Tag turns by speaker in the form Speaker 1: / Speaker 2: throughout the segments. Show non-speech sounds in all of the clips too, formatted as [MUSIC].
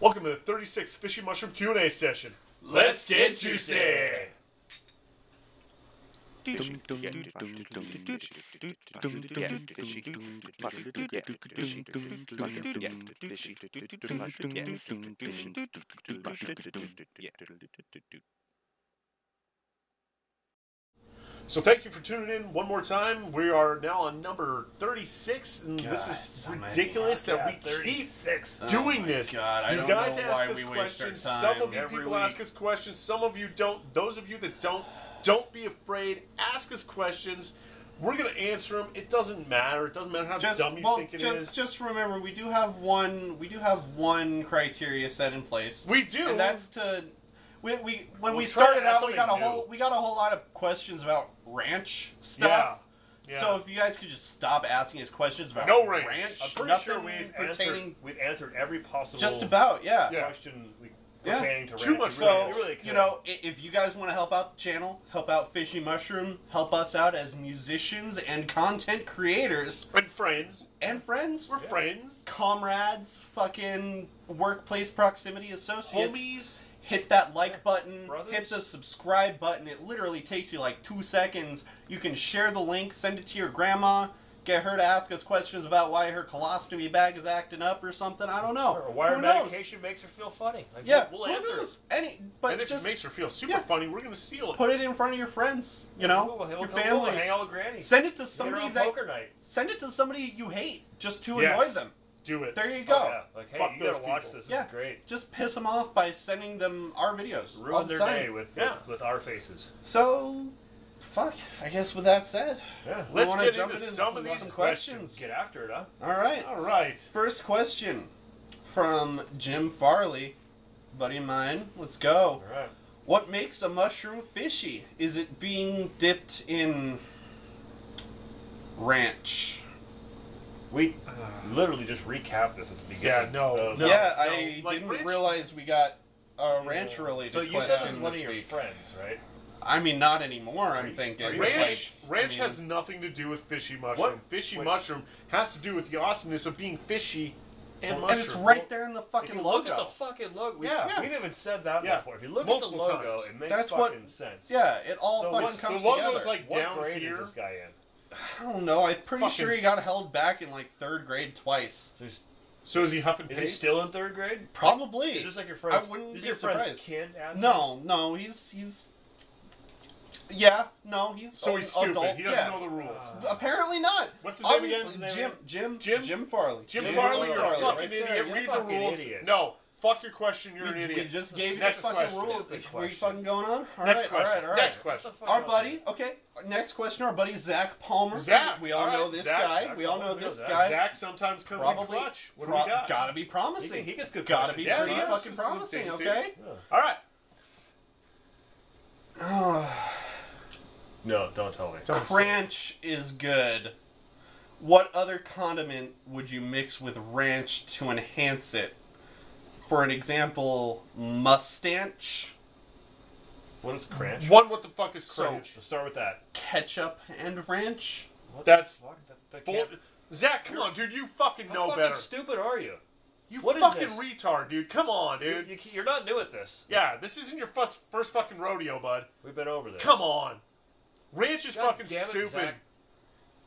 Speaker 1: Welcome to the 36th Fishy Mushroom Q&A session.
Speaker 2: Let's get juicy.
Speaker 1: So thank you for tuning in one more time. We are now on number 36, and this
Speaker 2: God,
Speaker 1: is
Speaker 2: so many.
Speaker 1: ridiculous that we
Speaker 3: Yeah, 36.
Speaker 1: keep doing
Speaker 2: my
Speaker 1: this.
Speaker 2: God, I
Speaker 1: you
Speaker 2: don't
Speaker 1: guys
Speaker 2: know
Speaker 1: ask
Speaker 2: why
Speaker 1: us
Speaker 2: we waste our
Speaker 1: questions.
Speaker 2: time
Speaker 1: Some of you
Speaker 2: every
Speaker 1: people
Speaker 2: week.
Speaker 1: ask us questions. Some of you don't. Those of you that don't, don't be afraid. Ask us questions. We're gonna answer them. It doesn't matter. It doesn't matter how
Speaker 3: Just,
Speaker 1: dumb you
Speaker 3: well,
Speaker 1: think it is.
Speaker 3: just, just remember, we do have one. We do have one criteria set in place.
Speaker 1: we do.
Speaker 3: and that's to. We, we when
Speaker 1: We
Speaker 3: we,
Speaker 1: try to
Speaker 3: started
Speaker 1: ask
Speaker 3: out, we got a
Speaker 1: something new.
Speaker 3: whole we got a whole lot of questions about ranch stuff.
Speaker 1: Yeah. Yeah.
Speaker 3: So if you guys could just stop asking us questions about
Speaker 1: No ranch.
Speaker 3: ranch
Speaker 1: I'm
Speaker 2: pretty
Speaker 3: nothing
Speaker 2: sure we've
Speaker 3: pertaining
Speaker 2: answered, we've answered every possible
Speaker 3: just about yeah.
Speaker 1: Yeah.
Speaker 2: question we,
Speaker 3: Yeah.
Speaker 2: pertaining to
Speaker 1: Too
Speaker 2: ranch.
Speaker 1: much
Speaker 2: You really-
Speaker 3: So
Speaker 2: you really
Speaker 3: you
Speaker 2: could.
Speaker 3: know, i- if you guys want to help out the channel, help out Fishy Mushroom, help us out as musicians and content creators
Speaker 1: and friends.
Speaker 3: and friends.
Speaker 1: We're friends.
Speaker 3: comrades, fucking workplace proximity associates.
Speaker 1: Homies.
Speaker 3: Hit that like button,
Speaker 2: Brothers.
Speaker 3: hit the subscribe button. It literally takes you like two seconds. You can share the link, send it to your grandma, get her to ask us questions about why her colostomy bag is acting up or something. I don't know.
Speaker 2: or why our
Speaker 3: Who knows?
Speaker 2: medication makes her feel funny. Like,
Speaker 3: Yeah,
Speaker 2: we'll
Speaker 3: who
Speaker 2: answer.
Speaker 3: knows? Any, but
Speaker 1: and if
Speaker 3: just
Speaker 1: it makes her feel super
Speaker 3: yeah.
Speaker 1: funny, we're gonna steal it.
Speaker 3: put it in front of your friends. You know,
Speaker 2: We'll- we'll-
Speaker 3: your
Speaker 2: we'll
Speaker 3: family.
Speaker 2: hang out with Granny.
Speaker 3: send it to
Speaker 2: Get her
Speaker 3: somebody
Speaker 2: on
Speaker 3: that
Speaker 2: poker night.
Speaker 3: send it to somebody you hate just to
Speaker 1: Yes.
Speaker 3: annoy them.
Speaker 1: Do it.
Speaker 3: There you go.
Speaker 2: Oh, yeah. Like, hey,
Speaker 1: Fuck
Speaker 2: you gotta
Speaker 1: those
Speaker 2: watch
Speaker 1: people.
Speaker 2: this. This
Speaker 3: Yeah.
Speaker 2: is great.
Speaker 3: Just piss them off by sending them our videos. all
Speaker 2: Ruin
Speaker 3: the
Speaker 2: their
Speaker 3: time.
Speaker 2: day with,
Speaker 1: Yeah.
Speaker 2: with with our faces.
Speaker 3: So, fuck. I guess with that said,
Speaker 2: Yeah.
Speaker 3: we
Speaker 1: Let's
Speaker 3: wanna
Speaker 1: get
Speaker 3: jump
Speaker 1: into
Speaker 3: it in
Speaker 1: some
Speaker 3: with
Speaker 1: of these
Speaker 3: some
Speaker 1: questions.
Speaker 2: Get after it, huh?
Speaker 3: All right.
Speaker 1: All right.
Speaker 3: First question from Jim Farley, buddy of mine. Let's go.
Speaker 2: All right.
Speaker 3: What makes a mushroom fishy? Is it being dipped in ranch?
Speaker 2: We literally just recapped this at the beginning. Uh,
Speaker 1: Yeah, no,
Speaker 2: of-
Speaker 1: no.
Speaker 3: yeah, I
Speaker 1: like
Speaker 3: didn't
Speaker 1: ranch-
Speaker 3: realize we got a ranch related
Speaker 2: So you
Speaker 3: question
Speaker 2: said this is one of
Speaker 3: this
Speaker 2: your
Speaker 3: week.
Speaker 2: friends, right?
Speaker 3: I mean, not anymore. I'm
Speaker 2: you-
Speaker 3: thinking
Speaker 2: are you
Speaker 3: Like,
Speaker 1: Ranch, ranch
Speaker 3: I mean-
Speaker 1: has nothing to do with fishy mushroom.
Speaker 2: What?
Speaker 1: Fishy
Speaker 2: Wait.
Speaker 1: mushroom has to do with the awesomeness of being fishy and mushroom.
Speaker 3: and it's right there in the fucking
Speaker 2: if you
Speaker 3: logo.
Speaker 2: look at the fucking logo, we,
Speaker 1: Yeah.
Speaker 2: yeah. we've even said that
Speaker 1: Yeah.
Speaker 2: before. If you look
Speaker 1: Multiple
Speaker 2: at the logo,
Speaker 1: times.
Speaker 2: it makes
Speaker 3: That's what-
Speaker 2: fucking sense.
Speaker 3: yeah, it all
Speaker 2: So
Speaker 3: fucking
Speaker 2: what's-
Speaker 3: comes
Speaker 1: the logo's
Speaker 3: together.
Speaker 1: like-
Speaker 2: What
Speaker 1: Down
Speaker 2: grade
Speaker 1: here.
Speaker 2: is this guy in?
Speaker 3: I don't know. I'm pretty
Speaker 1: Fucking-
Speaker 3: sure he got held back in like third grade twice.
Speaker 2: So he's-
Speaker 1: So is he huffing
Speaker 2: is he
Speaker 1: paste?
Speaker 2: still in third grade?
Speaker 3: Probably.
Speaker 2: Is this like your friend's?
Speaker 3: I wouldn't
Speaker 2: is
Speaker 3: be
Speaker 2: your friend's
Speaker 3: surprised.
Speaker 2: kid? Adam?
Speaker 3: No, no, he's he's. Yeah, no, he's
Speaker 1: So
Speaker 3: an
Speaker 1: he's stupid.
Speaker 3: adult.
Speaker 1: He doesn't
Speaker 3: yeah.
Speaker 1: know the rules.
Speaker 2: Uh,
Speaker 3: Apparently not.
Speaker 1: What's his name again?
Speaker 3: Obviously,
Speaker 2: What's his name
Speaker 3: Jim, Jim,
Speaker 1: Jim-
Speaker 3: Jim Farley.
Speaker 1: Jim
Speaker 2: Jim
Speaker 1: Farley, you're a
Speaker 2: Farley,
Speaker 1: fucking
Speaker 2: right
Speaker 1: idiot.
Speaker 3: there, yeah.
Speaker 1: Read the
Speaker 2: Fucking
Speaker 1: rules.
Speaker 2: idiot.
Speaker 1: No, fuck your question. You're an
Speaker 3: We-
Speaker 1: idiot.
Speaker 3: We just gave you the
Speaker 1: Next
Speaker 3: fucking
Speaker 1: question.
Speaker 3: rule.
Speaker 2: Stupid
Speaker 3: Were you
Speaker 2: question.
Speaker 3: fucking going on? All right,
Speaker 1: Next
Speaker 3: all
Speaker 1: question.
Speaker 3: right, all right.
Speaker 1: Next question.
Speaker 2: What the fuck
Speaker 3: Our
Speaker 2: else?
Speaker 3: buddy, okay. Next question. Our buddy Zach Palmer.
Speaker 1: Zach,
Speaker 3: we all
Speaker 1: all
Speaker 3: know
Speaker 1: right,
Speaker 3: this
Speaker 1: Zach,
Speaker 3: guy.
Speaker 2: Zach
Speaker 3: we all
Speaker 2: Palmer,
Speaker 3: know
Speaker 2: we
Speaker 3: this
Speaker 2: know Zach.
Speaker 3: guy.
Speaker 1: Zach sometimes comes in
Speaker 3: Probably
Speaker 1: clutch. What
Speaker 3: pro-
Speaker 1: do we got?
Speaker 3: Gotta be promising.
Speaker 2: He- he gets good
Speaker 3: Gotta
Speaker 2: questions.
Speaker 3: be
Speaker 1: Yeah,
Speaker 3: pretty
Speaker 1: he asks
Speaker 3: fucking
Speaker 1: us some
Speaker 3: promising.
Speaker 1: things, dude.
Speaker 3: okay.
Speaker 2: Yeah.
Speaker 1: All right.
Speaker 2: No, don't tell me.
Speaker 3: Ranch is good. What other condiment would you mix with ranch to enhance it? For an example, mustanch,
Speaker 2: What is cranch?
Speaker 1: One. What the fuck is
Speaker 3: So-
Speaker 1: cringe?
Speaker 2: Let's start with that.
Speaker 3: ketchup, and ranch.
Speaker 2: What
Speaker 1: That's
Speaker 2: the fuck? That, that
Speaker 1: Bull-
Speaker 2: can't-
Speaker 1: Zach, come on, dude. You fucking
Speaker 2: How
Speaker 1: know
Speaker 2: fucking
Speaker 1: better.
Speaker 2: stupid are you?
Speaker 1: You
Speaker 2: What is
Speaker 1: fucking
Speaker 2: this?
Speaker 1: retard, dude. Come on,
Speaker 2: You,
Speaker 1: dude.
Speaker 2: you, you're not new at this.
Speaker 1: Yeah, this isn't your first, first fucking rodeo, bud.
Speaker 2: We've been over this.
Speaker 1: Come on. Ranch is
Speaker 2: God
Speaker 1: fucking
Speaker 2: damn it,
Speaker 1: stupid.
Speaker 2: Zach.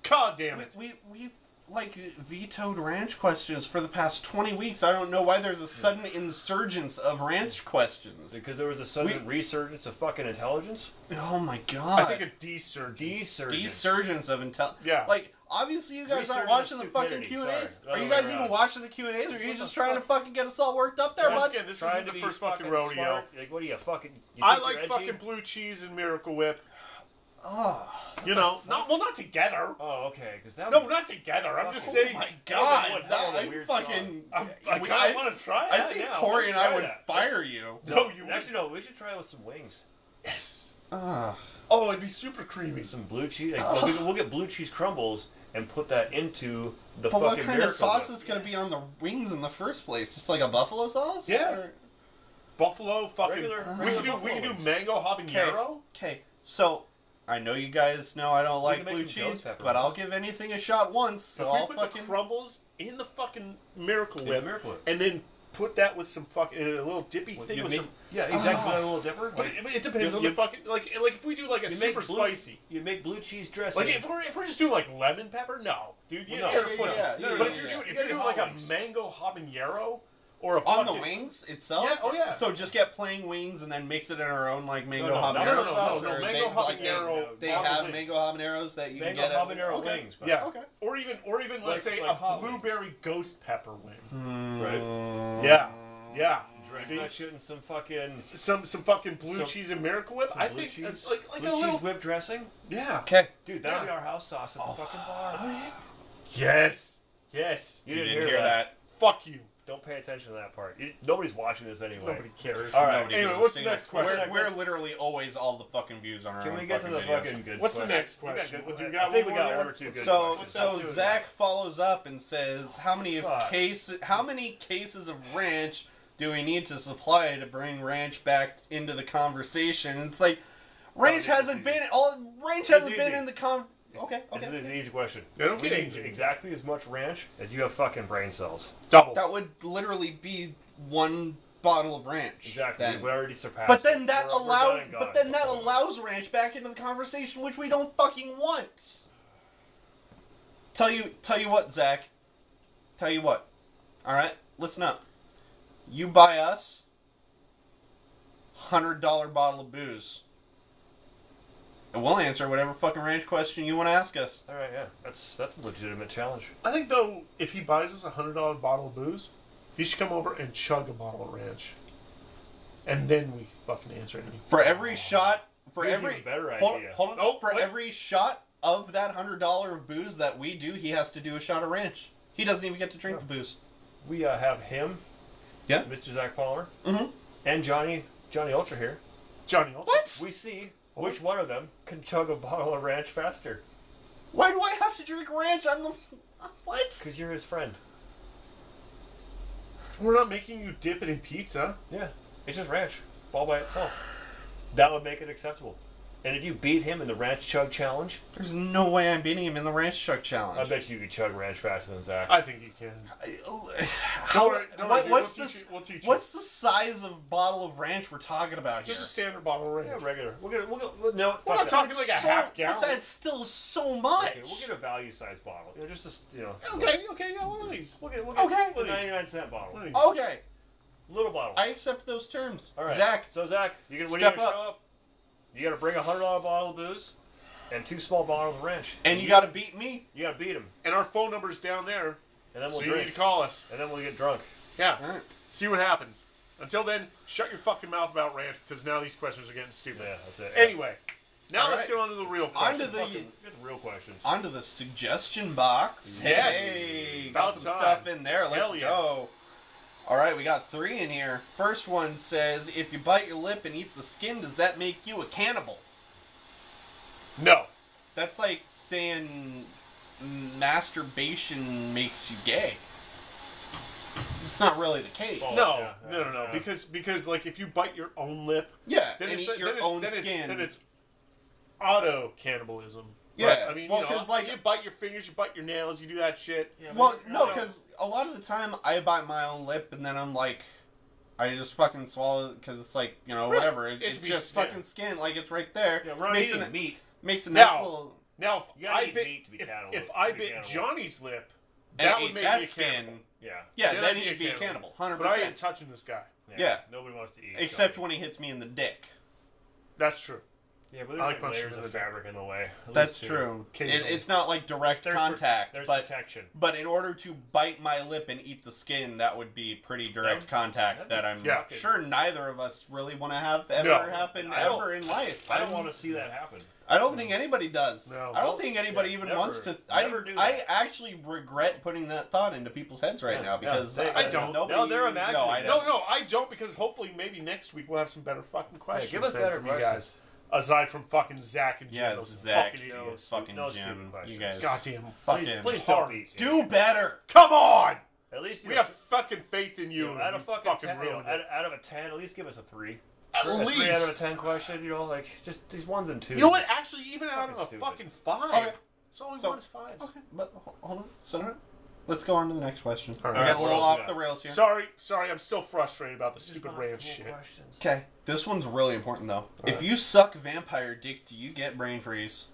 Speaker 1: God damn
Speaker 3: We,
Speaker 1: it.
Speaker 3: we we like vetoed ranch questions for the past twenty weeks. I don't know why there's a sudden insurgence of ranch questions.
Speaker 2: Because there was a sudden resurgence of fucking intelligence.
Speaker 3: Oh my
Speaker 1: I
Speaker 3: god!
Speaker 1: think a D surgery.
Speaker 2: Desurgence.
Speaker 3: Desurgence of intel.
Speaker 1: Yeah.
Speaker 3: Like obviously you guys aren't
Speaker 2: Resurgence
Speaker 3: watching the
Speaker 2: of
Speaker 3: fucking Q
Speaker 2: stupidity.
Speaker 3: and A's.
Speaker 2: Sorry.
Speaker 3: Are
Speaker 2: Other
Speaker 3: you
Speaker 2: way
Speaker 3: guys even
Speaker 2: around.
Speaker 3: watching the Q and A's? Or are you
Speaker 2: What
Speaker 3: just
Speaker 2: the
Speaker 3: trying to
Speaker 2: fuck?
Speaker 3: fucking get us all worked up there,
Speaker 1: Once
Speaker 3: bud?
Speaker 1: again, this
Speaker 2: Trying
Speaker 1: isn't
Speaker 2: to
Speaker 1: the
Speaker 2: be
Speaker 1: first fucking
Speaker 2: fucking
Speaker 1: rodeo.
Speaker 2: smart. Like, what are you fucking? You
Speaker 1: I
Speaker 2: think you're
Speaker 1: like
Speaker 2: edgy?
Speaker 1: fucking blue cheese and Miracle Whip.
Speaker 3: Oh,
Speaker 2: Ah.
Speaker 1: You know, not well, not together.
Speaker 2: Oh, okay. Because that.
Speaker 1: No,
Speaker 2: would-
Speaker 1: not together. I'm just
Speaker 2: Oh
Speaker 1: saying.
Speaker 3: my
Speaker 2: that would
Speaker 3: god!
Speaker 2: be
Speaker 3: That,
Speaker 2: a
Speaker 3: I
Speaker 2: weird
Speaker 3: fucking.
Speaker 1: I'm, I
Speaker 3: we-
Speaker 1: kind of want to try
Speaker 3: I
Speaker 1: it.
Speaker 3: think
Speaker 2: yeah, I
Speaker 3: Corey
Speaker 2: wanna
Speaker 3: and I
Speaker 2: try
Speaker 3: would
Speaker 2: that.
Speaker 3: fire you.
Speaker 1: No, you
Speaker 2: Actually,
Speaker 1: wouldn't.
Speaker 2: no. We should try it with some wings.
Speaker 1: Yes.
Speaker 3: Ah.
Speaker 1: Oh, it'd be super creamy.
Speaker 2: Some blue cheese. Like, we'll, get, we'll get blue cheese crumbles and put that into the
Speaker 3: But
Speaker 2: fucking.
Speaker 3: what kind of
Speaker 2: Miracle
Speaker 3: sauce
Speaker 2: Whip.
Speaker 3: is going to be on the wings in the first place? Just like a buffalo sauce?
Speaker 1: Yeah. Buffalo fucking.
Speaker 2: Regular-
Speaker 1: we
Speaker 2: regular
Speaker 1: could do we could
Speaker 2: buffalo
Speaker 1: do
Speaker 2: wings.
Speaker 1: mango habanero.
Speaker 3: Okay, so I know you guys know I don't like
Speaker 2: can make
Speaker 3: blue
Speaker 2: some ghost
Speaker 3: cheese,
Speaker 2: pepper
Speaker 3: but I'll
Speaker 2: ones.
Speaker 3: give anything a shot once. So
Speaker 1: if we
Speaker 3: I'll
Speaker 1: put
Speaker 3: fucking.
Speaker 1: the crumbles in the fucking Miracle
Speaker 2: Yeah,
Speaker 1: Whip
Speaker 2: Miracle Whip.
Speaker 1: and then put that with some fucking a little dippy
Speaker 2: What,
Speaker 1: thing
Speaker 2: you
Speaker 1: with
Speaker 2: make-
Speaker 1: some.
Speaker 2: yeah,
Speaker 3: Oh.
Speaker 2: exactly. a little dipper.
Speaker 1: But
Speaker 2: like,
Speaker 1: it, it depends
Speaker 2: you-
Speaker 1: on
Speaker 2: you-
Speaker 1: the fucking like like if we do like a
Speaker 2: you make
Speaker 1: super
Speaker 2: blue-
Speaker 1: spicy.
Speaker 2: You make blue cheese dressing.
Speaker 1: Like if we're, if we're just doing like lemon pepper, no, dude. You
Speaker 2: Well,
Speaker 1: know,
Speaker 2: no.
Speaker 1: put
Speaker 3: Yeah, yeah,
Speaker 1: it.
Speaker 3: yeah, yeah,
Speaker 1: but if
Speaker 3: yeah,
Speaker 1: you're
Speaker 3: yeah.
Speaker 1: doing if
Speaker 2: Yeah,
Speaker 1: you're doing like
Speaker 2: hot
Speaker 1: a
Speaker 2: wings.
Speaker 1: mango habanero or a
Speaker 3: On the
Speaker 1: fucking-
Speaker 3: wings itself?
Speaker 1: Yeah, oh, yeah.
Speaker 3: So just get plain wings and then mix it in our own like mango
Speaker 2: No, no,
Speaker 3: habanero
Speaker 2: no,
Speaker 1: no, no, no,
Speaker 3: sauce?
Speaker 1: no,
Speaker 3: or
Speaker 1: no,
Speaker 3: they,
Speaker 1: mango
Speaker 3: like, they-
Speaker 1: habanero
Speaker 3: They,
Speaker 2: on the
Speaker 3: have
Speaker 2: wings.
Speaker 3: mango habaneros that you can
Speaker 2: mango
Speaker 3: get at-
Speaker 2: habanero
Speaker 3: okay.
Speaker 2: wings. But
Speaker 1: Yeah.
Speaker 3: Okay.
Speaker 1: Or even or even let's
Speaker 2: Like-
Speaker 1: say
Speaker 2: like
Speaker 1: a
Speaker 2: hot wings.
Speaker 1: blueberry ghost pepper wing.
Speaker 2: Right.
Speaker 3: Hmm.
Speaker 1: Yeah. Yeah.
Speaker 2: Drink
Speaker 1: See?
Speaker 2: that shit in some fucking
Speaker 1: Some some fucking blue
Speaker 2: Some-
Speaker 1: cheese and miracle whip.
Speaker 2: some
Speaker 1: I
Speaker 2: blue
Speaker 1: think
Speaker 2: cheese,
Speaker 1: it's like like a
Speaker 2: blue
Speaker 1: little
Speaker 2: cheese whipped dressing.
Speaker 1: yeah.
Speaker 4: Okay.
Speaker 2: Dude, that'll
Speaker 1: Yeah.
Speaker 2: be our house sauce
Speaker 3: Oh,
Speaker 2: at the fucking bar.
Speaker 1: Yes. Yes.
Speaker 2: You didn't hear, that.
Speaker 1: Fuck you.
Speaker 2: Don't pay attention to that part. You- nobody's watching this anyway.
Speaker 1: Nobody cares.
Speaker 2: All right.
Speaker 3: Nobody
Speaker 1: Anyway,
Speaker 3: gives a
Speaker 1: what's the
Speaker 3: single-
Speaker 1: next question?
Speaker 3: We're, we're literally always all the fucking views on our
Speaker 2: Can
Speaker 3: own
Speaker 2: we get to the
Speaker 3: videos.
Speaker 2: fucking good?
Speaker 1: What's the
Speaker 2: question?
Speaker 1: next
Speaker 2: We got
Speaker 1: question?
Speaker 2: good-
Speaker 1: Do you got
Speaker 2: I think
Speaker 1: one
Speaker 2: we got
Speaker 1: more
Speaker 2: one or
Speaker 1: there?
Speaker 2: two good.
Speaker 3: So
Speaker 2: questions.
Speaker 3: so
Speaker 2: Let's do it.
Speaker 3: Zach follows up and says, "How many of
Speaker 2: Fuck.
Speaker 3: case how many cases of ranch do we need to supply to bring ranch back into the conversation?" And it's like, ranch
Speaker 2: this is
Speaker 3: hasn't
Speaker 2: easy.
Speaker 3: been all ranch
Speaker 2: is
Speaker 3: hasn't been
Speaker 2: easy.
Speaker 3: in the con. Okay,
Speaker 2: This is
Speaker 3: okay.
Speaker 2: an easy question.
Speaker 1: They don't
Speaker 2: we
Speaker 1: get
Speaker 2: need
Speaker 1: angry.
Speaker 2: exactly as much ranch as you have fucking brain cells.
Speaker 1: Double.
Speaker 3: That would literally be one bottle of ranch.
Speaker 2: Exactly.
Speaker 3: then.
Speaker 2: We've already surpassed.
Speaker 3: But
Speaker 2: it.
Speaker 3: then that
Speaker 2: We're- we're
Speaker 3: allows
Speaker 2: done and
Speaker 3: but
Speaker 2: gone.
Speaker 3: then that allows ranch back into the conversation, which we don't fucking want. Tell you tell you what, Zach. Tell you what. Alright? Listen up. You buy us hundred dollar bottle of booze. And we'll answer whatever fucking ranch question you want to ask us.
Speaker 2: All right, yeah, that's that's a legitimate challenge.
Speaker 1: I think though, if he buys us a hundred dollar bottle of booze, he should come over and chug a bottle of ranch, and then we fucking answer it.
Speaker 3: For every shot for
Speaker 2: Here's
Speaker 3: every
Speaker 2: even better
Speaker 3: hold,
Speaker 2: idea.
Speaker 3: Hold on.
Speaker 1: Oh,
Speaker 3: for
Speaker 1: wait.
Speaker 3: every shot of that hundred dollar of booze that we do, he has to do a shot of ranch. He doesn't even get to drink the booze.
Speaker 2: We uh, have him,
Speaker 3: Yeah.
Speaker 2: Mr. Zach Palmer,
Speaker 3: Mhm.
Speaker 2: and Johnny Johnny Ultra here.
Speaker 1: Johnny, I'll-
Speaker 3: What?
Speaker 2: We see which one of them can chug a bottle of ranch faster,
Speaker 3: Why do I have to drink ranch? I'm the what?
Speaker 2: because you're his friend.
Speaker 1: We're not making you dip it in pizza.
Speaker 2: Yeah, it's just ranch, all by itself. That would make it acceptable. And if you beat him in the ranch chug challenge,
Speaker 3: There's no way I'm beating him in the ranch truck
Speaker 2: I
Speaker 3: [SIGHS] challenge.
Speaker 2: bet you could chug ranch faster than Zach.
Speaker 1: I think you can.
Speaker 3: How?
Speaker 1: worry- don't worry,
Speaker 3: what-
Speaker 1: dude,
Speaker 3: what's
Speaker 1: we'll teach
Speaker 3: this?
Speaker 1: you- we'll teach you.
Speaker 3: what's the size of bottle of ranch we're talking about here?
Speaker 1: Just a standard bottle of ranch.
Speaker 2: yeah, regular. We'll get. We'll go. We'll, no, fuck
Speaker 1: not
Speaker 2: that.
Speaker 1: talking like a
Speaker 3: so,
Speaker 1: half
Speaker 3: but
Speaker 1: gallon.
Speaker 3: That's still so much.
Speaker 2: Okay, we'll get a value size bottle. You know, just a s- you know.
Speaker 1: Okay, okay, yeah, one of these.
Speaker 2: We'll get. We'll get
Speaker 3: Okay.
Speaker 2: the 99 cent bottle.
Speaker 1: One of these.
Speaker 3: okay,
Speaker 2: Little bottle.
Speaker 3: I accept those terms.
Speaker 2: All right.
Speaker 3: Zach,
Speaker 2: So Zach, you can, when
Speaker 3: Step
Speaker 2: you gonna
Speaker 3: up.
Speaker 2: show up, you got to bring a hundred dollar bottle of booze and two small bottles of ranch,
Speaker 3: and you got to beat me.
Speaker 2: you got to beat him,
Speaker 1: And our phone number's down there,
Speaker 2: and then we'll
Speaker 1: so you need
Speaker 2: drink,
Speaker 1: to call us.
Speaker 2: and then we'll get drunk.
Speaker 1: Yeah.
Speaker 3: All right.
Speaker 1: See what happens. Until then, shut your fucking mouth about ranch because now these questions are getting stupid.
Speaker 2: Yeah, that's it.
Speaker 1: Anyway, now
Speaker 3: All
Speaker 1: let's
Speaker 3: right.
Speaker 1: get on to the real
Speaker 3: On
Speaker 1: question.
Speaker 3: to the
Speaker 2: Fucking- get the real question.
Speaker 3: onto the suggestion box.
Speaker 1: Yes.
Speaker 3: Hey,
Speaker 1: About
Speaker 3: got some
Speaker 1: time.
Speaker 3: stuff in there. Let's
Speaker 1: Hell yeah.
Speaker 3: go. All right, we got three in here. First one says, "If you bite your lip and eat the skin, does that make you a cannibal?"
Speaker 1: No.
Speaker 3: That's like saying masturbation makes you gay. It's not really the case.
Speaker 2: Oh,
Speaker 1: No,
Speaker 2: yeah,
Speaker 1: no, no, no.
Speaker 2: yeah.
Speaker 1: Because because like if you bite your own lip,
Speaker 3: Yeah,
Speaker 1: then
Speaker 3: and
Speaker 1: it's
Speaker 3: eat your
Speaker 1: then it's,
Speaker 3: own
Speaker 1: then it's-
Speaker 3: skin.
Speaker 1: then it's auto cannibalism.
Speaker 3: Yeah,
Speaker 1: Right? I mean,
Speaker 3: well,
Speaker 1: you know,
Speaker 3: 'cause, like-
Speaker 1: you bite your fingers, you bite your nails, you do that shit.
Speaker 3: well, no,
Speaker 1: so-
Speaker 3: because a lot of the time I bite my own lip and then I'm like, I just fucking swallow because it's like you know
Speaker 1: Right.
Speaker 3: whatever. It,
Speaker 1: It's
Speaker 3: it's
Speaker 1: be-
Speaker 3: just
Speaker 1: yeah.
Speaker 3: fucking skin, like it's right there.
Speaker 2: Yeah, we're not
Speaker 3: makes
Speaker 2: eating
Speaker 3: an-
Speaker 2: meat.
Speaker 3: makes a
Speaker 1: Now-
Speaker 3: nice little
Speaker 1: Now,
Speaker 2: You
Speaker 1: if
Speaker 2: gotta
Speaker 1: I
Speaker 2: eat
Speaker 1: bit
Speaker 2: meat to be
Speaker 1: if,
Speaker 2: cannibal-
Speaker 1: if
Speaker 2: to
Speaker 1: I
Speaker 2: be
Speaker 1: bit
Speaker 2: cannibal.
Speaker 1: Johnny's lip,
Speaker 3: and
Speaker 1: that
Speaker 3: ate
Speaker 1: would make
Speaker 3: that
Speaker 1: me a cannibal.
Speaker 3: skin.
Speaker 2: Yeah.
Speaker 3: Yeah,
Speaker 1: Then
Speaker 3: then
Speaker 1: I'd
Speaker 3: he'd be a cannibal, hundred
Speaker 1: But I ain't
Speaker 3: percent.
Speaker 1: touching this guy.
Speaker 3: yeah.
Speaker 2: Nobody wants to eat.
Speaker 3: Except
Speaker 2: Johnny.
Speaker 3: when he hits me in the dick.
Speaker 1: That's true.
Speaker 2: Yeah, but
Speaker 1: I
Speaker 2: there's
Speaker 1: like
Speaker 2: like
Speaker 1: punching
Speaker 2: layers
Speaker 1: in
Speaker 2: of
Speaker 1: the
Speaker 2: fabric in the way. At
Speaker 3: That's
Speaker 2: least two.
Speaker 3: true. It,
Speaker 1: Occasionally.
Speaker 3: it's not like direct
Speaker 2: There's pr-
Speaker 3: contact,
Speaker 2: there's
Speaker 3: but
Speaker 2: protection.
Speaker 3: but in order to bite my lip and eat the skin, that would be pretty direct
Speaker 2: That-
Speaker 3: contact.
Speaker 2: that'd
Speaker 3: That
Speaker 2: be
Speaker 3: I'm
Speaker 1: Yeah.
Speaker 3: sure neither of us really want to have ever
Speaker 1: No.
Speaker 3: happen
Speaker 2: I don't-
Speaker 3: ever in life.
Speaker 2: I don't
Speaker 3: I'm-
Speaker 2: want to see that happen.
Speaker 3: I don't think anybody does.
Speaker 1: No.
Speaker 3: I don't think anybody
Speaker 2: Yeah,
Speaker 3: even
Speaker 2: never-
Speaker 3: wants to. I,
Speaker 2: never do
Speaker 3: I
Speaker 2: that.
Speaker 3: actually regret putting that thought into people's heads right
Speaker 2: Yeah,
Speaker 3: now
Speaker 2: yeah,
Speaker 3: because
Speaker 2: they-
Speaker 3: I,
Speaker 1: I don't.
Speaker 3: Nobody,
Speaker 2: No, they're imagining.
Speaker 3: No, I
Speaker 1: No,
Speaker 3: don't.
Speaker 1: no, I don't because hopefully maybe next week we'll have some better fucking questions.
Speaker 2: give us
Speaker 1: then
Speaker 2: better
Speaker 1: from you guys.
Speaker 2: questions.
Speaker 1: Aside from fucking Zach and Jim,
Speaker 3: Yeah,
Speaker 1: those
Speaker 3: Zach,
Speaker 1: fucking
Speaker 3: you
Speaker 1: idiots.
Speaker 3: fucking
Speaker 2: those stupid
Speaker 3: Jim. You
Speaker 2: questions.
Speaker 3: guys,
Speaker 1: Goddamn.
Speaker 3: fuck
Speaker 2: Please,
Speaker 3: him.
Speaker 2: please
Speaker 1: Hard.
Speaker 2: don't eat.
Speaker 3: Do better.
Speaker 1: Come on!
Speaker 2: At least you
Speaker 1: We
Speaker 2: know,
Speaker 1: have fucking faith in you.
Speaker 2: you know, out
Speaker 1: and
Speaker 2: of
Speaker 1: you
Speaker 2: fucking, ten, you know,
Speaker 1: ruined
Speaker 2: out,
Speaker 1: it.
Speaker 2: out of a ten, at least give us a three. a
Speaker 3: At
Speaker 2: three out of a
Speaker 3: least.
Speaker 2: ten question, you know, like just these ones and twos.
Speaker 1: You know what? Actually, even out of
Speaker 2: Fucking
Speaker 1: a
Speaker 2: stupid.
Speaker 1: fucking five.
Speaker 3: Okay.
Speaker 1: It's only
Speaker 3: So-
Speaker 1: one is five.
Speaker 3: Okay, but ho- hold on. So, Let's go on to the next question.
Speaker 1: All
Speaker 3: we
Speaker 1: right.
Speaker 3: got a little
Speaker 2: What else
Speaker 3: off
Speaker 2: we got?
Speaker 3: the rails here.
Speaker 1: Sorry, sorry, I'm still frustrated about the stupid Rams shit.
Speaker 3: Okay. This one's really important though. If you suck vampire dick, do you get brain freeze?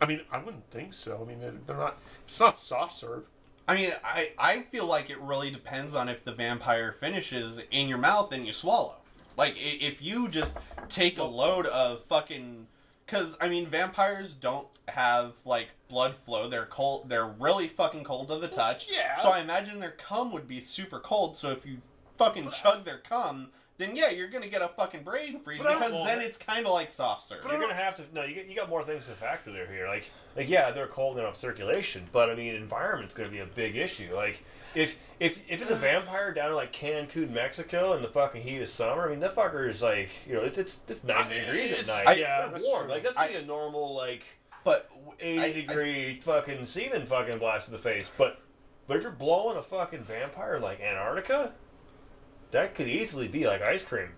Speaker 1: I mean, I wouldn't think so. I mean, they're, they're not. It's not soft serve.
Speaker 3: I mean, I, I feel like it really depends on if the vampire finishes in your mouth and you swallow. Like, i- if you just take a load of fucking. Because, I mean, vampires don't have, like, blood flow. They're cold. They're really fucking cold to the touch.
Speaker 1: yeah.
Speaker 3: So I imagine their cum would be super cold. So if you fucking chug their cum, then yeah, you're going to get a fucking brain freeze
Speaker 1: But I don't
Speaker 3: because
Speaker 2: want
Speaker 3: then
Speaker 2: it.
Speaker 3: it's kind of like soft serve.
Speaker 2: You're gonna have to. No, you got, you got more things to factor there here. Like, like yeah, they're cold and out of circulation, but I mean, environment's gonna be a big issue. Like, if if if it's a vampire down in like Cancun, Mexico, in the fucking heat of summer, I mean, that fucker is like, you know, it's it's, it's ninety
Speaker 1: I-
Speaker 2: degrees
Speaker 1: it's-
Speaker 2: at night.
Speaker 1: I-
Speaker 2: yeah,
Speaker 1: that's
Speaker 2: warm.
Speaker 1: true.
Speaker 2: Like that's gonna be a normal like
Speaker 3: But
Speaker 2: eighty
Speaker 3: I- I-
Speaker 2: degree fucking semen fucking blast in the face. But but if you're blowing a fucking vampire in like Antarctica, that could easily be like ice cream.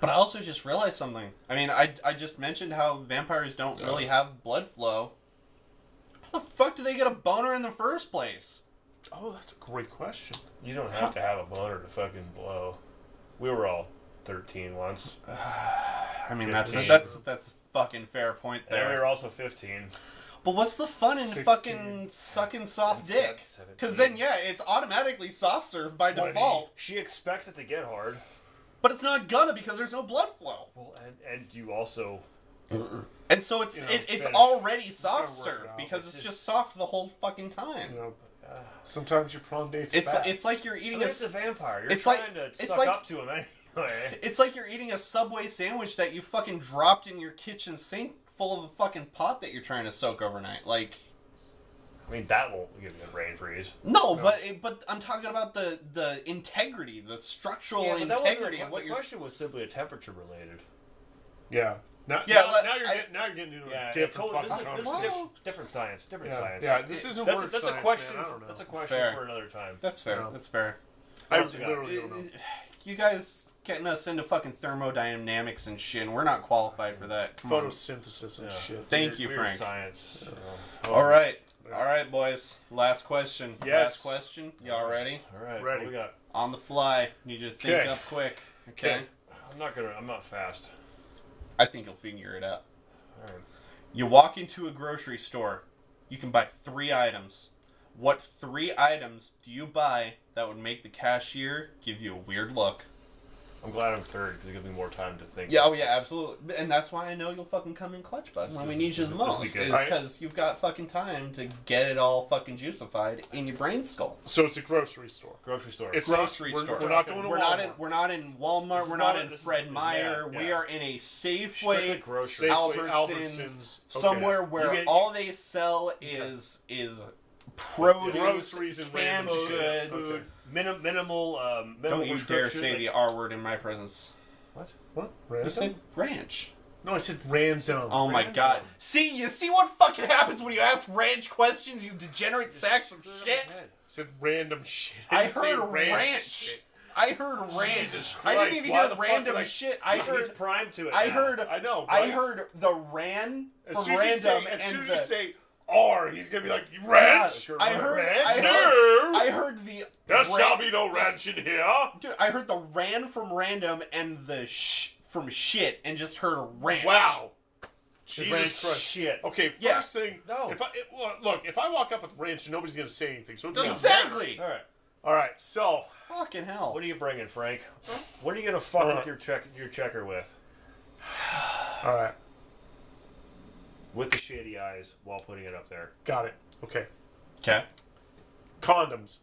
Speaker 3: But I also just realized something. I mean, I, I just mentioned how vampires
Speaker 2: Oh.
Speaker 3: don't really have blood flow. How the fuck do they get a boner in the first place?
Speaker 1: Oh, that's a great question.
Speaker 2: You don't have to have a boner to fucking blow. We were all 13 once.
Speaker 3: I mean, that's
Speaker 2: Fifteen.
Speaker 3: that's that's a fucking fair point
Speaker 2: And we were
Speaker 3: there.
Speaker 2: also 15.
Speaker 3: But what's the fun in
Speaker 1: Sixteen.
Speaker 3: fucking sucking soft
Speaker 2: And
Speaker 3: dick?
Speaker 2: se-
Speaker 3: Because
Speaker 2: seventeen.
Speaker 3: then, yeah, it's automatically soft serve by
Speaker 2: But
Speaker 3: default.
Speaker 2: She expects it to get hard.
Speaker 3: But it's not gonna because there's no blood flow,
Speaker 2: Well, and, and you also.
Speaker 3: and so it's
Speaker 1: You know,
Speaker 3: it,
Speaker 2: finish.
Speaker 3: it's already
Speaker 1: gotta
Speaker 3: soft
Speaker 1: work it
Speaker 3: serve
Speaker 1: out.
Speaker 3: because
Speaker 2: It's
Speaker 3: it's
Speaker 2: just-
Speaker 3: just soft the whole fucking time.
Speaker 1: You know,
Speaker 2: Uh,
Speaker 1: sometimes your prom dates.
Speaker 3: It's
Speaker 1: bad.
Speaker 3: it's like you're eating a
Speaker 2: It's
Speaker 3: s-
Speaker 2: a vampire. You're
Speaker 3: it's like-
Speaker 2: trying to
Speaker 3: it's
Speaker 2: suck
Speaker 3: like-
Speaker 2: up to him
Speaker 3: [LAUGHS]
Speaker 2: anyway.
Speaker 3: It's like you're eating a Subway sandwich that you fucking dropped in your kitchen sink full of a fucking pot that you're trying to soak overnight. Like,
Speaker 2: I mean, that won't give you a brain freeze.
Speaker 3: no,
Speaker 1: No.
Speaker 3: but it, but I'm talking about the the integrity, the structural integrity of what
Speaker 2: the
Speaker 3: you're.
Speaker 2: question was simply a temperature related.
Speaker 1: yeah. Now,
Speaker 3: Yeah,
Speaker 1: now,
Speaker 3: let-
Speaker 1: now you're
Speaker 3: I-
Speaker 1: getting, now you're getting into
Speaker 2: Yeah,
Speaker 1: a
Speaker 2: it's
Speaker 1: different
Speaker 2: totally-
Speaker 1: fucking
Speaker 2: this, is, this is
Speaker 1: conversation.
Speaker 3: conversation.
Speaker 2: diff- different science. Different
Speaker 1: Yeah,
Speaker 2: science.
Speaker 1: yeah, this isn't
Speaker 2: that's, a-
Speaker 1: word
Speaker 2: that's
Speaker 1: science,
Speaker 2: a question.
Speaker 1: man, I don't know.
Speaker 2: That's a question
Speaker 3: Fair.
Speaker 2: for another time.
Speaker 3: That's fair.
Speaker 1: Yeah.
Speaker 3: That's fair.
Speaker 1: I
Speaker 2: What else we got?
Speaker 1: literally don't know.
Speaker 3: [SIGHS] You guys getting us into fucking thermodynamics and shit, and we're not qualified for that.
Speaker 1: Hmm.
Speaker 3: Come on.
Speaker 1: Photosynthesis and
Speaker 2: Yeah.
Speaker 1: shit.
Speaker 3: Thank
Speaker 2: Weird-
Speaker 3: you,
Speaker 2: weird
Speaker 3: Frank.
Speaker 2: Science. Oh,
Speaker 3: All right, all right, boys. Last question.
Speaker 1: Yes.
Speaker 3: Last question. Y'all ready?
Speaker 2: All right.
Speaker 1: Ready.
Speaker 2: What we got?
Speaker 3: On the fly. Need you to think
Speaker 1: Okay.
Speaker 3: up quick.
Speaker 1: Okay.
Speaker 3: okay.
Speaker 2: I'm not gonna. I'm not fast.
Speaker 3: I think you'll figure it out.
Speaker 2: All right.
Speaker 3: You walk into a grocery store. You can buy three items. What three items do you buy that would make the cashier give you a weird look?
Speaker 2: I'm glad I'm third because it gives me more time to think.
Speaker 3: Yeah, oh yeah, absolutely. And that's why I know you'll fucking come in clutch, bud. When we need you the
Speaker 2: This will
Speaker 3: most,
Speaker 2: be
Speaker 3: is
Speaker 2: good.
Speaker 1: Alright.
Speaker 3: because you've got fucking time to get it all fucking juicified in your brain skull.
Speaker 1: So it's a grocery store.
Speaker 2: Grocery store.
Speaker 1: It's
Speaker 3: Grocery
Speaker 1: not, we're-
Speaker 3: store.
Speaker 1: We're, not going to
Speaker 3: We're
Speaker 1: Walmart.
Speaker 3: not in. We're not in Walmart.
Speaker 2: is
Speaker 3: We're not
Speaker 2: not-
Speaker 3: in
Speaker 2: this is-
Speaker 3: Fred
Speaker 2: yeah,
Speaker 3: Meyer. We
Speaker 2: yeah.
Speaker 3: are in a
Speaker 2: Strictly
Speaker 3: Safeway,
Speaker 2: grocery.
Speaker 1: Safeway,
Speaker 3: Albertsons,
Speaker 1: Albertsons. Okay.
Speaker 3: somewhere where
Speaker 2: You get-
Speaker 3: all they sell is is produce,
Speaker 1: Groceries and
Speaker 3: canned
Speaker 1: random shit.
Speaker 3: goods.
Speaker 1: Okay.
Speaker 2: Minim- minimal. Um, minimal
Speaker 3: Don't you dare
Speaker 2: prescription,
Speaker 3: say
Speaker 2: like-
Speaker 3: the R word in my presence.
Speaker 2: What?
Speaker 1: What?
Speaker 3: You
Speaker 1: Random?
Speaker 3: said ranch.
Speaker 1: no, I said random.
Speaker 3: Oh my
Speaker 2: Random.
Speaker 3: god. See, you see what fucking happens when you ask ranch questions, you degenerate sacks of shit?
Speaker 2: Head.
Speaker 1: I said random shit. [LAUGHS]
Speaker 3: I
Speaker 1: didn't say
Speaker 3: heard
Speaker 1: ranch.
Speaker 3: ranch.
Speaker 1: shit.
Speaker 3: I heard ranch.
Speaker 1: Jesus
Speaker 3: I
Speaker 1: Christ,
Speaker 3: didn't even
Speaker 1: why
Speaker 3: hear
Speaker 1: the fuck
Speaker 3: random
Speaker 1: would I-
Speaker 3: shit. I
Speaker 2: He's
Speaker 3: heard
Speaker 2: primed to it.
Speaker 3: I
Speaker 2: now.
Speaker 3: heard
Speaker 1: I know.
Speaker 3: I
Speaker 1: right?
Speaker 3: heard the ran
Speaker 1: As
Speaker 3: from
Speaker 1: soon as you say-
Speaker 3: random
Speaker 1: As soon
Speaker 3: and
Speaker 1: as
Speaker 3: the
Speaker 1: you say R, he's gonna be like ranch.
Speaker 2: Yeah,
Speaker 3: I heard I
Speaker 2: Ranch?
Speaker 3: heard
Speaker 1: No.
Speaker 3: I heard the
Speaker 1: There
Speaker 3: ran-
Speaker 1: shall be no ranch in here.
Speaker 3: Dude, I heard the ran from random and the sh from shit and just heard ranch.
Speaker 1: Wow.
Speaker 2: ranch
Speaker 1: Jesus Christ.
Speaker 2: shit.
Speaker 1: Okay,
Speaker 3: Yeah.
Speaker 1: first thing.
Speaker 2: No.
Speaker 1: If I it, well, look, if I walk up with ranch, nobody's gonna say anything, so it doesn't matter.
Speaker 3: Exactly.
Speaker 2: All right.
Speaker 1: All right, so
Speaker 3: Fucking hell.
Speaker 2: What are you bringing, Frank? What are you gonna fuck
Speaker 1: All right.
Speaker 2: with your check your checker with?
Speaker 1: all right,
Speaker 2: With the shady eyes while putting it up there.
Speaker 1: got it. Okay,
Speaker 3: Okay.
Speaker 1: condoms,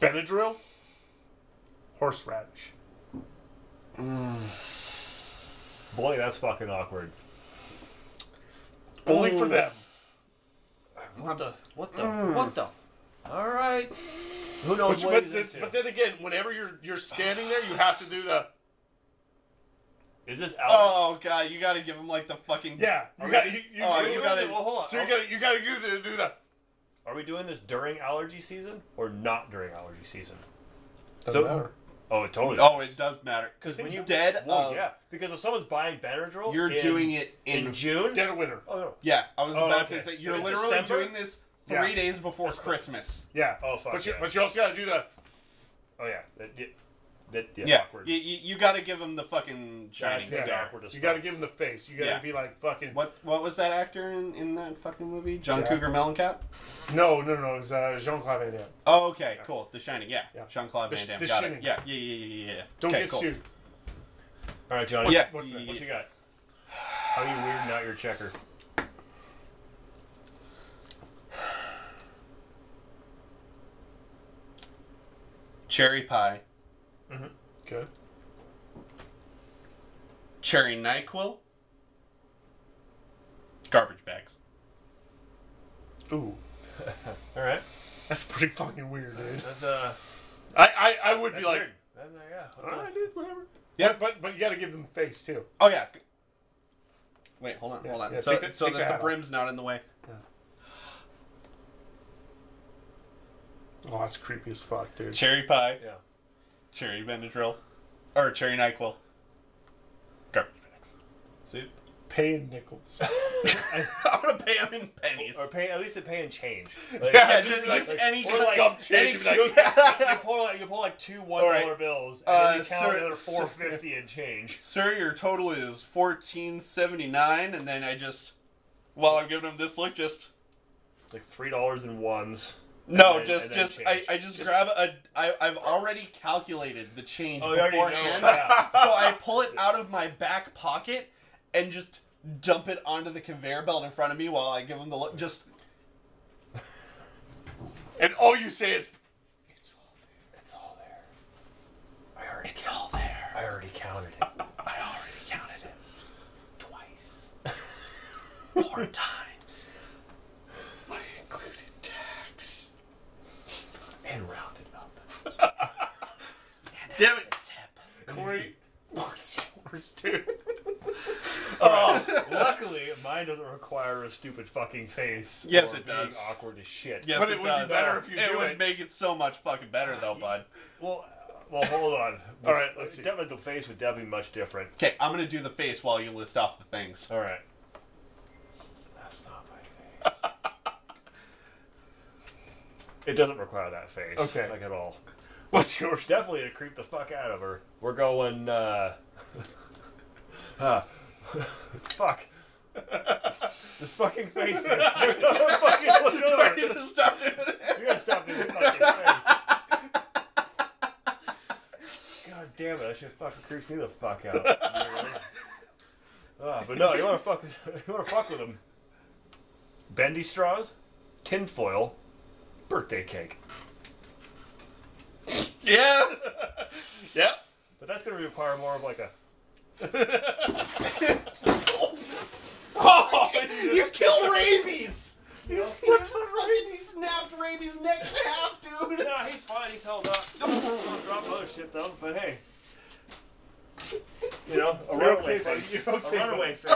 Speaker 1: Benadryl, horseradish.
Speaker 2: Boy, that's fucking awkward.
Speaker 1: Only for
Speaker 3: Mm.
Speaker 1: them.
Speaker 2: What the? What the? What the? All right. Who knows
Speaker 1: But,
Speaker 2: what
Speaker 1: but,
Speaker 2: he's
Speaker 1: then,
Speaker 2: into?
Speaker 1: but then again, whenever you're you're standing there, you have to do the
Speaker 2: Is this Albert?
Speaker 3: Oh god, you gotta give him like the fucking
Speaker 1: yeah. You
Speaker 2: Okay.
Speaker 1: got you, you,
Speaker 3: Oh,
Speaker 1: you,
Speaker 3: you gotta-
Speaker 2: well, hold on.
Speaker 1: so you got you got to do the
Speaker 2: Are we doing this during allergy season or not during allergy season?
Speaker 1: Doesn't
Speaker 2: So-
Speaker 1: matter.
Speaker 2: Oh, it totally.
Speaker 3: Oh, it does matter because
Speaker 2: When you-
Speaker 3: dead
Speaker 2: Well,
Speaker 3: of
Speaker 2: yeah, because if someone's buying Benadryl,
Speaker 3: you're
Speaker 2: in-
Speaker 3: doing it in,
Speaker 2: in, June.
Speaker 1: Dead of winter.
Speaker 2: oh no.
Speaker 3: yeah. I was
Speaker 2: Oh,
Speaker 3: about
Speaker 2: okay.
Speaker 3: to say you're
Speaker 2: In
Speaker 3: literally
Speaker 2: December?
Speaker 3: doing this three
Speaker 2: Yeah.
Speaker 3: days before Christmas.
Speaker 1: Yeah.
Speaker 2: Oh, fuck
Speaker 1: But you,
Speaker 2: yeah.
Speaker 1: but you also got to do the.
Speaker 2: Oh yeah. That, yeah, that yeah.
Speaker 3: Yeah,
Speaker 2: awkward.
Speaker 3: you, you, you got to give him the fucking shining
Speaker 2: That's
Speaker 1: yeah.
Speaker 3: star.
Speaker 2: awkward as
Speaker 1: You
Speaker 2: fuck.
Speaker 1: got to give him the face. You got to
Speaker 3: Yeah.
Speaker 1: be like fucking.
Speaker 3: What what was that actor in, in that fucking movie? John
Speaker 1: Yeah.
Speaker 3: Cougar Mellencamp.
Speaker 1: No, no, no. It was uh, Jean Claude Van Damme.
Speaker 3: Oh, okay, cool. The Shining, yeah.
Speaker 1: Yeah.
Speaker 3: Jean Claude
Speaker 1: The
Speaker 3: Van
Speaker 1: Sh-
Speaker 3: Damme.
Speaker 1: The
Speaker 3: got
Speaker 1: Shining.
Speaker 3: it. Yeah, yeah, yeah, yeah, yeah, yeah.
Speaker 1: Don't
Speaker 3: Okay,
Speaker 1: get
Speaker 3: cool.
Speaker 1: sued.
Speaker 2: All right, Johnny.
Speaker 3: Yeah.
Speaker 1: What's that?
Speaker 2: What
Speaker 3: Yeah.
Speaker 2: you got? How are you weirding out your checker?
Speaker 3: Cherry pie,
Speaker 1: Okay.
Speaker 3: cherry Nyquil, garbage bags.
Speaker 1: Ooh,
Speaker 2: All right.
Speaker 1: that's pretty fucking weird, dude.
Speaker 2: That's uh.
Speaker 1: I, I, I would
Speaker 2: That's
Speaker 1: be like,
Speaker 2: weird. That- uh, yeah. what
Speaker 1: all
Speaker 2: the-
Speaker 1: right, dude, whatever.
Speaker 3: Yeah.
Speaker 1: But but you got to give them face too.
Speaker 3: Oh yeah. Wait, hold on, hold on.
Speaker 1: yeah,
Speaker 3: so
Speaker 1: take that-
Speaker 3: so
Speaker 1: take
Speaker 3: that
Speaker 1: that
Speaker 3: the
Speaker 1: out.
Speaker 3: brim's not in the way.
Speaker 1: Oh, that's creepy as fuck, dude.
Speaker 3: Cherry pie,
Speaker 2: Yeah.
Speaker 3: cherry Benadryl, or cherry Nyquil, garbage [LAUGHS] bags.
Speaker 2: See.
Speaker 1: Paying nickels. [LAUGHS]
Speaker 3: I'm gonna pay him in pennies.
Speaker 2: Or pay at least the pay and [LAUGHS] change.
Speaker 1: Yeah,
Speaker 2: Like,
Speaker 3: yeah,
Speaker 1: just
Speaker 3: just,
Speaker 1: be like-
Speaker 3: just any
Speaker 2: or
Speaker 3: just
Speaker 2: like
Speaker 1: Dumb change.
Speaker 3: any-
Speaker 1: be like,
Speaker 2: you,
Speaker 3: [LAUGHS]
Speaker 2: you pull like you pull like two one
Speaker 3: All
Speaker 2: dollar
Speaker 3: right.
Speaker 2: bills and
Speaker 3: Uh,
Speaker 2: then you count
Speaker 3: sir-
Speaker 2: another four fifty and change.
Speaker 3: sir, your total is fourteen seventy nine, and then I just, while I'm giving him this look, just
Speaker 2: It's like three dollars and ones. And
Speaker 3: no,
Speaker 2: then-
Speaker 3: just
Speaker 2: and then
Speaker 3: just I,
Speaker 2: change.
Speaker 3: I just, grab a I I've already calculated the change
Speaker 2: Oh, you already know.
Speaker 3: beforehand,
Speaker 2: Yeah.
Speaker 3: so I pull it out of my back pocket and just dump it onto the conveyor belt in front of me while I give him the look. Just
Speaker 1: and all you say is, it's all
Speaker 2: It's all there. I already it's all there. I already counted it.
Speaker 1: I already counted it.
Speaker 2: Twice. [LAUGHS]
Speaker 1: Four times. I included tax.
Speaker 2: And rounded up.
Speaker 1: Damn it. Tip. Corey. Worst, worst, dude. [LAUGHS] oh,
Speaker 2: [LAUGHS] Luckily, mine doesn't require a stupid fucking face.
Speaker 3: Yes,
Speaker 2: or
Speaker 3: it
Speaker 2: being
Speaker 3: does.
Speaker 2: Awkward as shit.
Speaker 3: yes,
Speaker 1: But
Speaker 3: it,
Speaker 1: it would be
Speaker 3: does.
Speaker 1: better if you
Speaker 3: It
Speaker 1: do
Speaker 3: would
Speaker 1: it.
Speaker 3: make it so much fucking better though, bud.
Speaker 2: Well, uh, well, hold on. [LAUGHS]
Speaker 1: All right, let's see.
Speaker 2: Definitely the face would definitely be much different.
Speaker 3: Okay, I'm gonna do the face while you list off the things. [LAUGHS]
Speaker 2: All right. That's not my face. [LAUGHS] it doesn't require that face.
Speaker 1: Okay.
Speaker 2: Like at all.
Speaker 1: what's yours?
Speaker 2: Definitely to creep the fuck out of her. We're going. uh... [LAUGHS] uh [LAUGHS] fuck. [LAUGHS] this fucking face. is- [LAUGHS] fucking look over.
Speaker 3: You just stopped doing it.
Speaker 2: You gotta stop doing the fucking face. God damn it, that shit fucking creeps me the fuck out. Ah, but no, you wanna fuck [LAUGHS] you wanna fuck with them. Bendy straws, tinfoil, birthday cake.
Speaker 3: Yeah.
Speaker 1: [LAUGHS] Yep.
Speaker 2: But that's gonna require more of like a
Speaker 1: Oh, [LAUGHS]
Speaker 3: You killed rabies.
Speaker 2: you know,
Speaker 3: You fucking snapped rabies neck in half, dude. [LAUGHS]
Speaker 2: No, he's fine, he's held up. Don't drop other shit though, but hey. You know, a
Speaker 1: You're
Speaker 2: runaway
Speaker 1: okay, buddy.
Speaker 2: face.
Speaker 1: You're okay,
Speaker 2: a runaway face.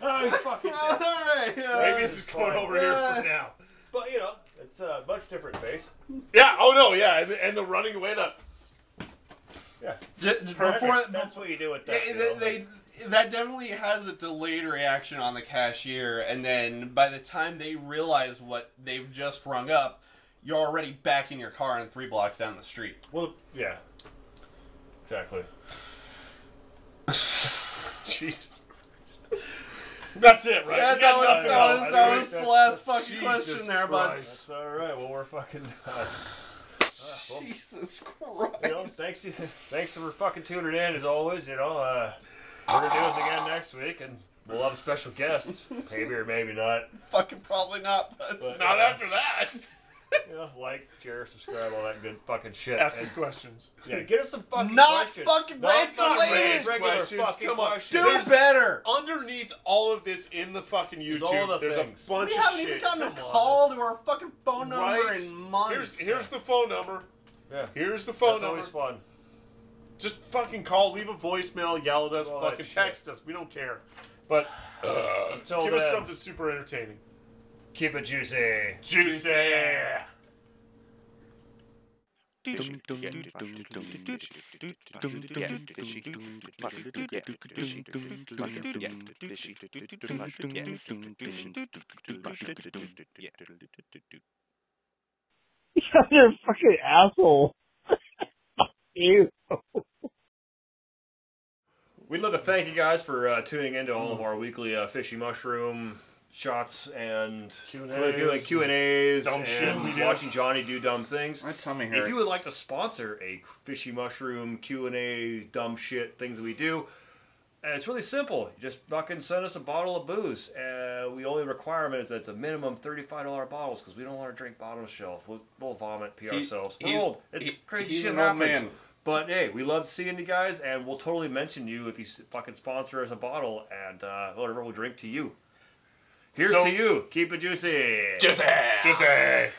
Speaker 2: Oh, he's fucking dead.
Speaker 3: All right. uh,
Speaker 1: Maybe this is going over here for now.
Speaker 2: But you know, it's a much different face.
Speaker 1: Yeah. Oh no. Yeah. And the, and the running away. The [LAUGHS]
Speaker 2: Yeah.
Speaker 3: Ju- ju- before
Speaker 2: that's what you do with that.
Speaker 3: they,
Speaker 2: you know.
Speaker 3: they, they- that definitely has a delayed reaction on the cashier, and then by the time they realize what they've just rung up, you're already back in your car and three blocks down the street.
Speaker 2: well, yeah. Exactly.
Speaker 1: Jesus. That's it, right?
Speaker 3: Yeah,
Speaker 1: You
Speaker 3: that
Speaker 1: got
Speaker 3: was, that
Speaker 1: nothing else.
Speaker 3: was, that was the last fucking
Speaker 1: Jesus
Speaker 3: question there, bud.
Speaker 1: Christ.
Speaker 2: That's all right. Well, we're fucking. done. well,
Speaker 3: Jesus Christ.
Speaker 2: you know, thanks, [LAUGHS] thanks for fucking tuning in as always. You know, uh, we're gonna do this again next week, and we'll have special guests, maybe or maybe not.
Speaker 3: Fucking probably not, but
Speaker 2: But-
Speaker 1: Not after that.
Speaker 2: You know, like, share, subscribe, all that good fucking shit.
Speaker 1: Ask
Speaker 2: And-
Speaker 1: us questions.
Speaker 2: yeah, get us some fucking
Speaker 3: Not
Speaker 2: questions.
Speaker 3: fucking
Speaker 2: Not
Speaker 3: red
Speaker 2: fucking
Speaker 3: related
Speaker 2: regular
Speaker 1: questions,
Speaker 2: fucking
Speaker 1: come on.
Speaker 2: questions.
Speaker 3: do
Speaker 1: There's-
Speaker 3: better.
Speaker 1: Underneath all of this in the fucking YouTube,
Speaker 2: all the
Speaker 1: there's
Speaker 2: things.
Speaker 1: a bunch
Speaker 3: We
Speaker 1: of
Speaker 3: haven't
Speaker 1: shit.
Speaker 3: even gotten a
Speaker 2: Come on.
Speaker 3: call to our fucking phone number
Speaker 1: right?
Speaker 3: in
Speaker 1: Here's
Speaker 3: months.
Speaker 1: here's the phone number.
Speaker 2: Yeah.
Speaker 1: Here's the
Speaker 2: That's
Speaker 1: phone number.
Speaker 2: always fun.
Speaker 1: Just fucking call, leave a voicemail, yell at us,
Speaker 2: All that
Speaker 1: fucking
Speaker 2: shit.
Speaker 1: text us. We don't care. But
Speaker 2: Until
Speaker 1: give
Speaker 2: then,
Speaker 1: us something super entertaining.
Speaker 2: keep it juicy.
Speaker 1: Juicy.
Speaker 4: Dum
Speaker 5: You guys are fucking asshole. you.
Speaker 2: We'd love to thank you guys for uh, tuning into all of our weekly uh, fishy mushroom shots and Q and
Speaker 1: Q&As.
Speaker 2: A's, Q and A's,
Speaker 1: Dumb shit we do.
Speaker 2: watching Johnny do dumb things.
Speaker 3: My tummy hurts.
Speaker 2: If you would like to sponsor a fishy mushroom Q and A dumb shit things that we do, uh, it's really simple. You just fucking send us a bottle of booze. Uh, we only requirement is that it's a minimum thirty-five dollar bottles because we don't want to drink bottom shelf. We'll, we'll vomit, pee
Speaker 3: He-
Speaker 2: ourselves. We're
Speaker 3: he's-
Speaker 2: old. It's
Speaker 3: he-
Speaker 2: crazy
Speaker 3: he's
Speaker 2: shit
Speaker 3: an old
Speaker 2: happens.
Speaker 3: man.
Speaker 2: But hey, we love seeing you guys, and we'll totally mention you if you s- fucking sponsor us a bottle, and uh, whatever we'll drink to you. Here's
Speaker 1: So-
Speaker 2: to you. Keep it juicy.
Speaker 1: Just a.